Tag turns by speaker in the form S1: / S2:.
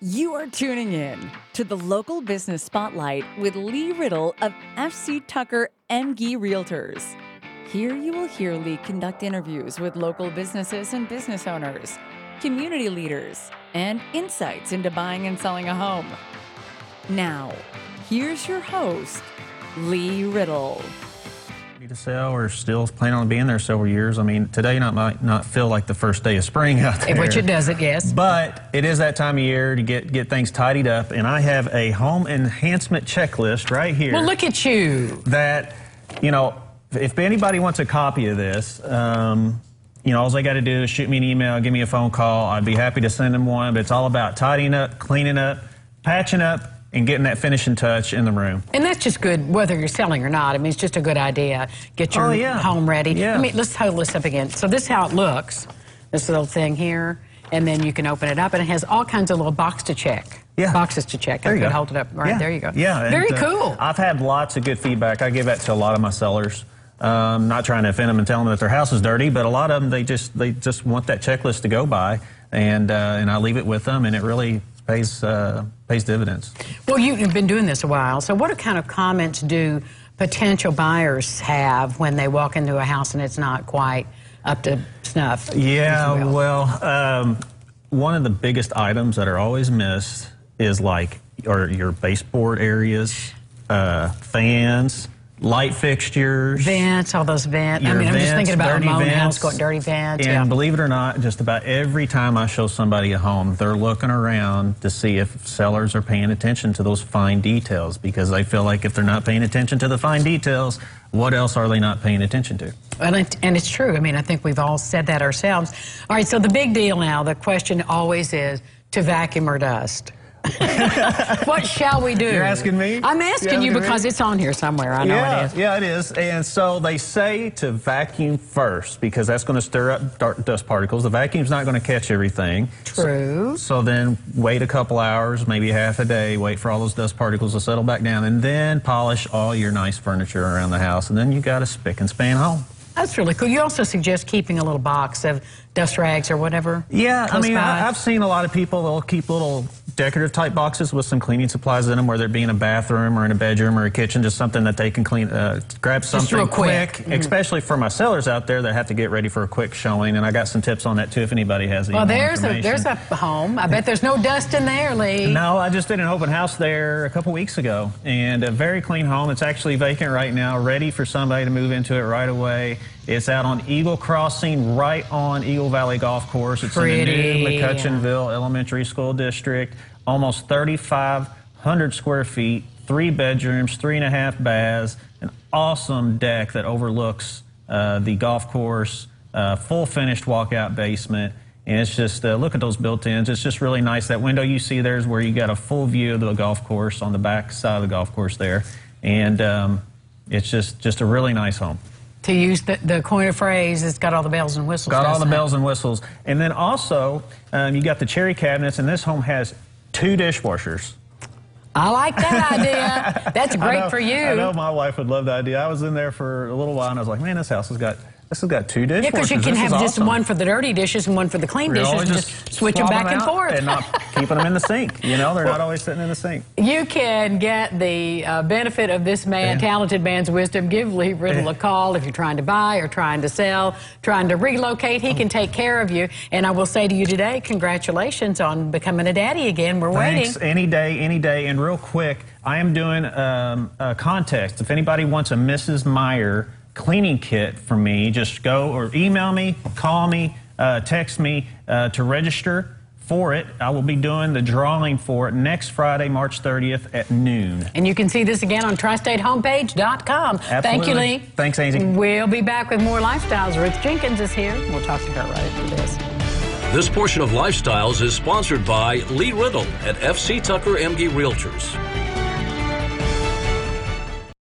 S1: You are tuning in to the local business spotlight with Lee Riddle of FC Tucker MG Realtors. Here you will hear Lee conduct interviews with local businesses and business owners, community leaders, and insights into buying and selling a home. Now, here's your host, Lee Riddle.
S2: Need to sell or still plan on being there several years. I mean, today not might not feel like the first day of spring out there.
S3: Which it doesn't, yes.
S2: But it is that time of year to get, get things tidied up, and I have a home enhancement checklist right here
S3: Well, look at you.
S2: that, you know, if anybody wants a copy of this, um, you know, all they got to do is shoot me an email, give me a phone call. I'd be happy to send them one, but it's all about tidying up, cleaning up, patching up, and getting that finishing touch in the room.
S3: And that's just good, whether you're selling or not. I mean, it's just a good idea. Get your
S2: Oh, yeah.
S3: home ready.
S2: Yeah.
S3: I mean, let's hold this up again. So this is how it looks. This little thing here, and then you can open it up, and it has all kinds of little box to check.
S2: Yeah.
S3: Boxes to check. I could Hold it up. All right,
S2: Yeah.
S3: there you go.
S2: Yeah. and,
S3: Very
S2: uh,
S3: cool.
S2: I've had lots of good feedback. I give that to a lot of my sellers. Um, not trying to offend them and tell them that their house is dirty, but a lot of them they just they just want that checklist to go by, and uh, and I leave it with them, and it really pays uh, pays dividends.
S3: Well, you, you've been doing this a while. So, what kind of comments do potential buyers have when they walk into a house and it's not quite up to snuff? if you
S2: Yeah,
S3: will?
S2: well, um, one of the biggest items that are always missed is like or your baseboard areas, uh, fans, light fixtures,
S3: Vents, all those vents. I
S2: your
S3: mean, I'm just
S2: vents,
S3: thinking about
S2: dirty
S3: my own
S2: vents.
S3: house going dirty vents.
S2: And
S3: yeah.
S2: believe it or not, just about every time I show somebody a home, they're looking around to see if sellers are paying attention to those fine details because they feel like if they're not paying attention to the fine details, what else are they not paying attention to?
S3: And, it, and it's true. I mean, I think we've all said that ourselves. All right, so the big deal now, the question always is to vacuum or dust. what shall we do?
S2: You're asking me?
S3: I'm
S2: You're
S3: asking
S2: asking
S3: you because
S2: me?
S3: it's on here somewhere. I know
S2: yeah,
S3: it is.
S2: yeah, it is. And so they say to vacuum first because that's going to stir up dark dust particles. The vacuum's not going to catch everything.
S3: True.
S2: So then wait a couple hours, maybe half a day, wait for all those dust particles to settle back down, and then polish all your nice furniture around the house, and then you got a spick and span home.
S3: That's really cool. You also suggest keeping a little box of dust rags or whatever.
S2: Yeah,
S3: close
S2: I mean,
S3: by.
S2: I, I've seen a lot of people, they'll keep little decorative type boxes with some cleaning supplies in them, whether it be in a bathroom or in a bedroom or a kitchen, just something that they can clean, uh, grab something
S3: real quick. Mm-hmm.
S2: especially for my sellers out there that have to get ready for a quick showing. And I got some tips on that too if anybody has any
S3: well,
S2: more
S3: there's a
S2: information.
S3: there's a home. I bet there's no dust in there, Lee.
S2: No, I just did an open house there a couple weeks ago, and a very clean home. It's actually vacant right now, ready for somebody to move into it right away. It's out on Eagle Crossing, right on Eagle Valley Golf Course. It's in
S3: Pretty.
S2: the new McCutcheonville Elementary School District. Almost 3,500 square feet, three bedrooms, three and a half baths, an awesome deck that overlooks uh, the golf course, uh, full finished walkout basement. And it's just, uh, look at those built ins. It's just really nice. That window you see there is where you got a full view of the golf course on the back side of the golf course there. And um, it's just, just a really nice home.
S3: To use the, the coin of phrase, it's got all the bells and whistles.
S2: Got all the
S3: doesn't it?
S2: bells and whistles. And then also, um, you got the cherry cabinets, and this home has two dishwashers.
S3: I like that idea. That's great
S2: I know-
S3: for you.
S2: I know my wife would love the idea. I was in there for a little while, and I was like, man, this house has got this has got two dishwashers.
S3: Yeah, because you can
S2: This is
S3: have just
S2: awesome.
S3: one for the dirty dishes and one for the clean
S2: You're
S3: dishes,
S2: always
S3: and just, switch them
S2: swapping
S3: back and
S2: out
S3: forth.
S2: and not keeping them in the sink. You know, they're not always sitting in the sink.
S3: you can get the uh, benefit of this man,
S2: Yeah.
S3: talented man's wisdom. Give Lee Riddle
S2: Yeah.
S3: a call if you're trying to buy or trying to sell, trying to relocate. He can take care of you. And I will say to you today, congratulations on becoming a daddy again. We're
S2: Thanks.
S3: waiting.
S2: Any day, any day. And real quick, I am doing um, a contest. If anybody wants a Mrs. Meyer cleaning kit from me, just go or email me, call me, uh, text me uh, to register for it. I will be doing the drawing for it next Friday, March 30th at noon.
S3: And you can see this again on tristatehomepage.com. Thank you,
S2: Absolutely.
S3: Lee.
S2: Thanks, Angie.
S3: We'll be back with more lifestyles. Ruth Jenkins is here. We'll talk to her right after this.
S4: This portion of Lifestyles is sponsored by Lee Riddle at FC Tucker MD Realtors.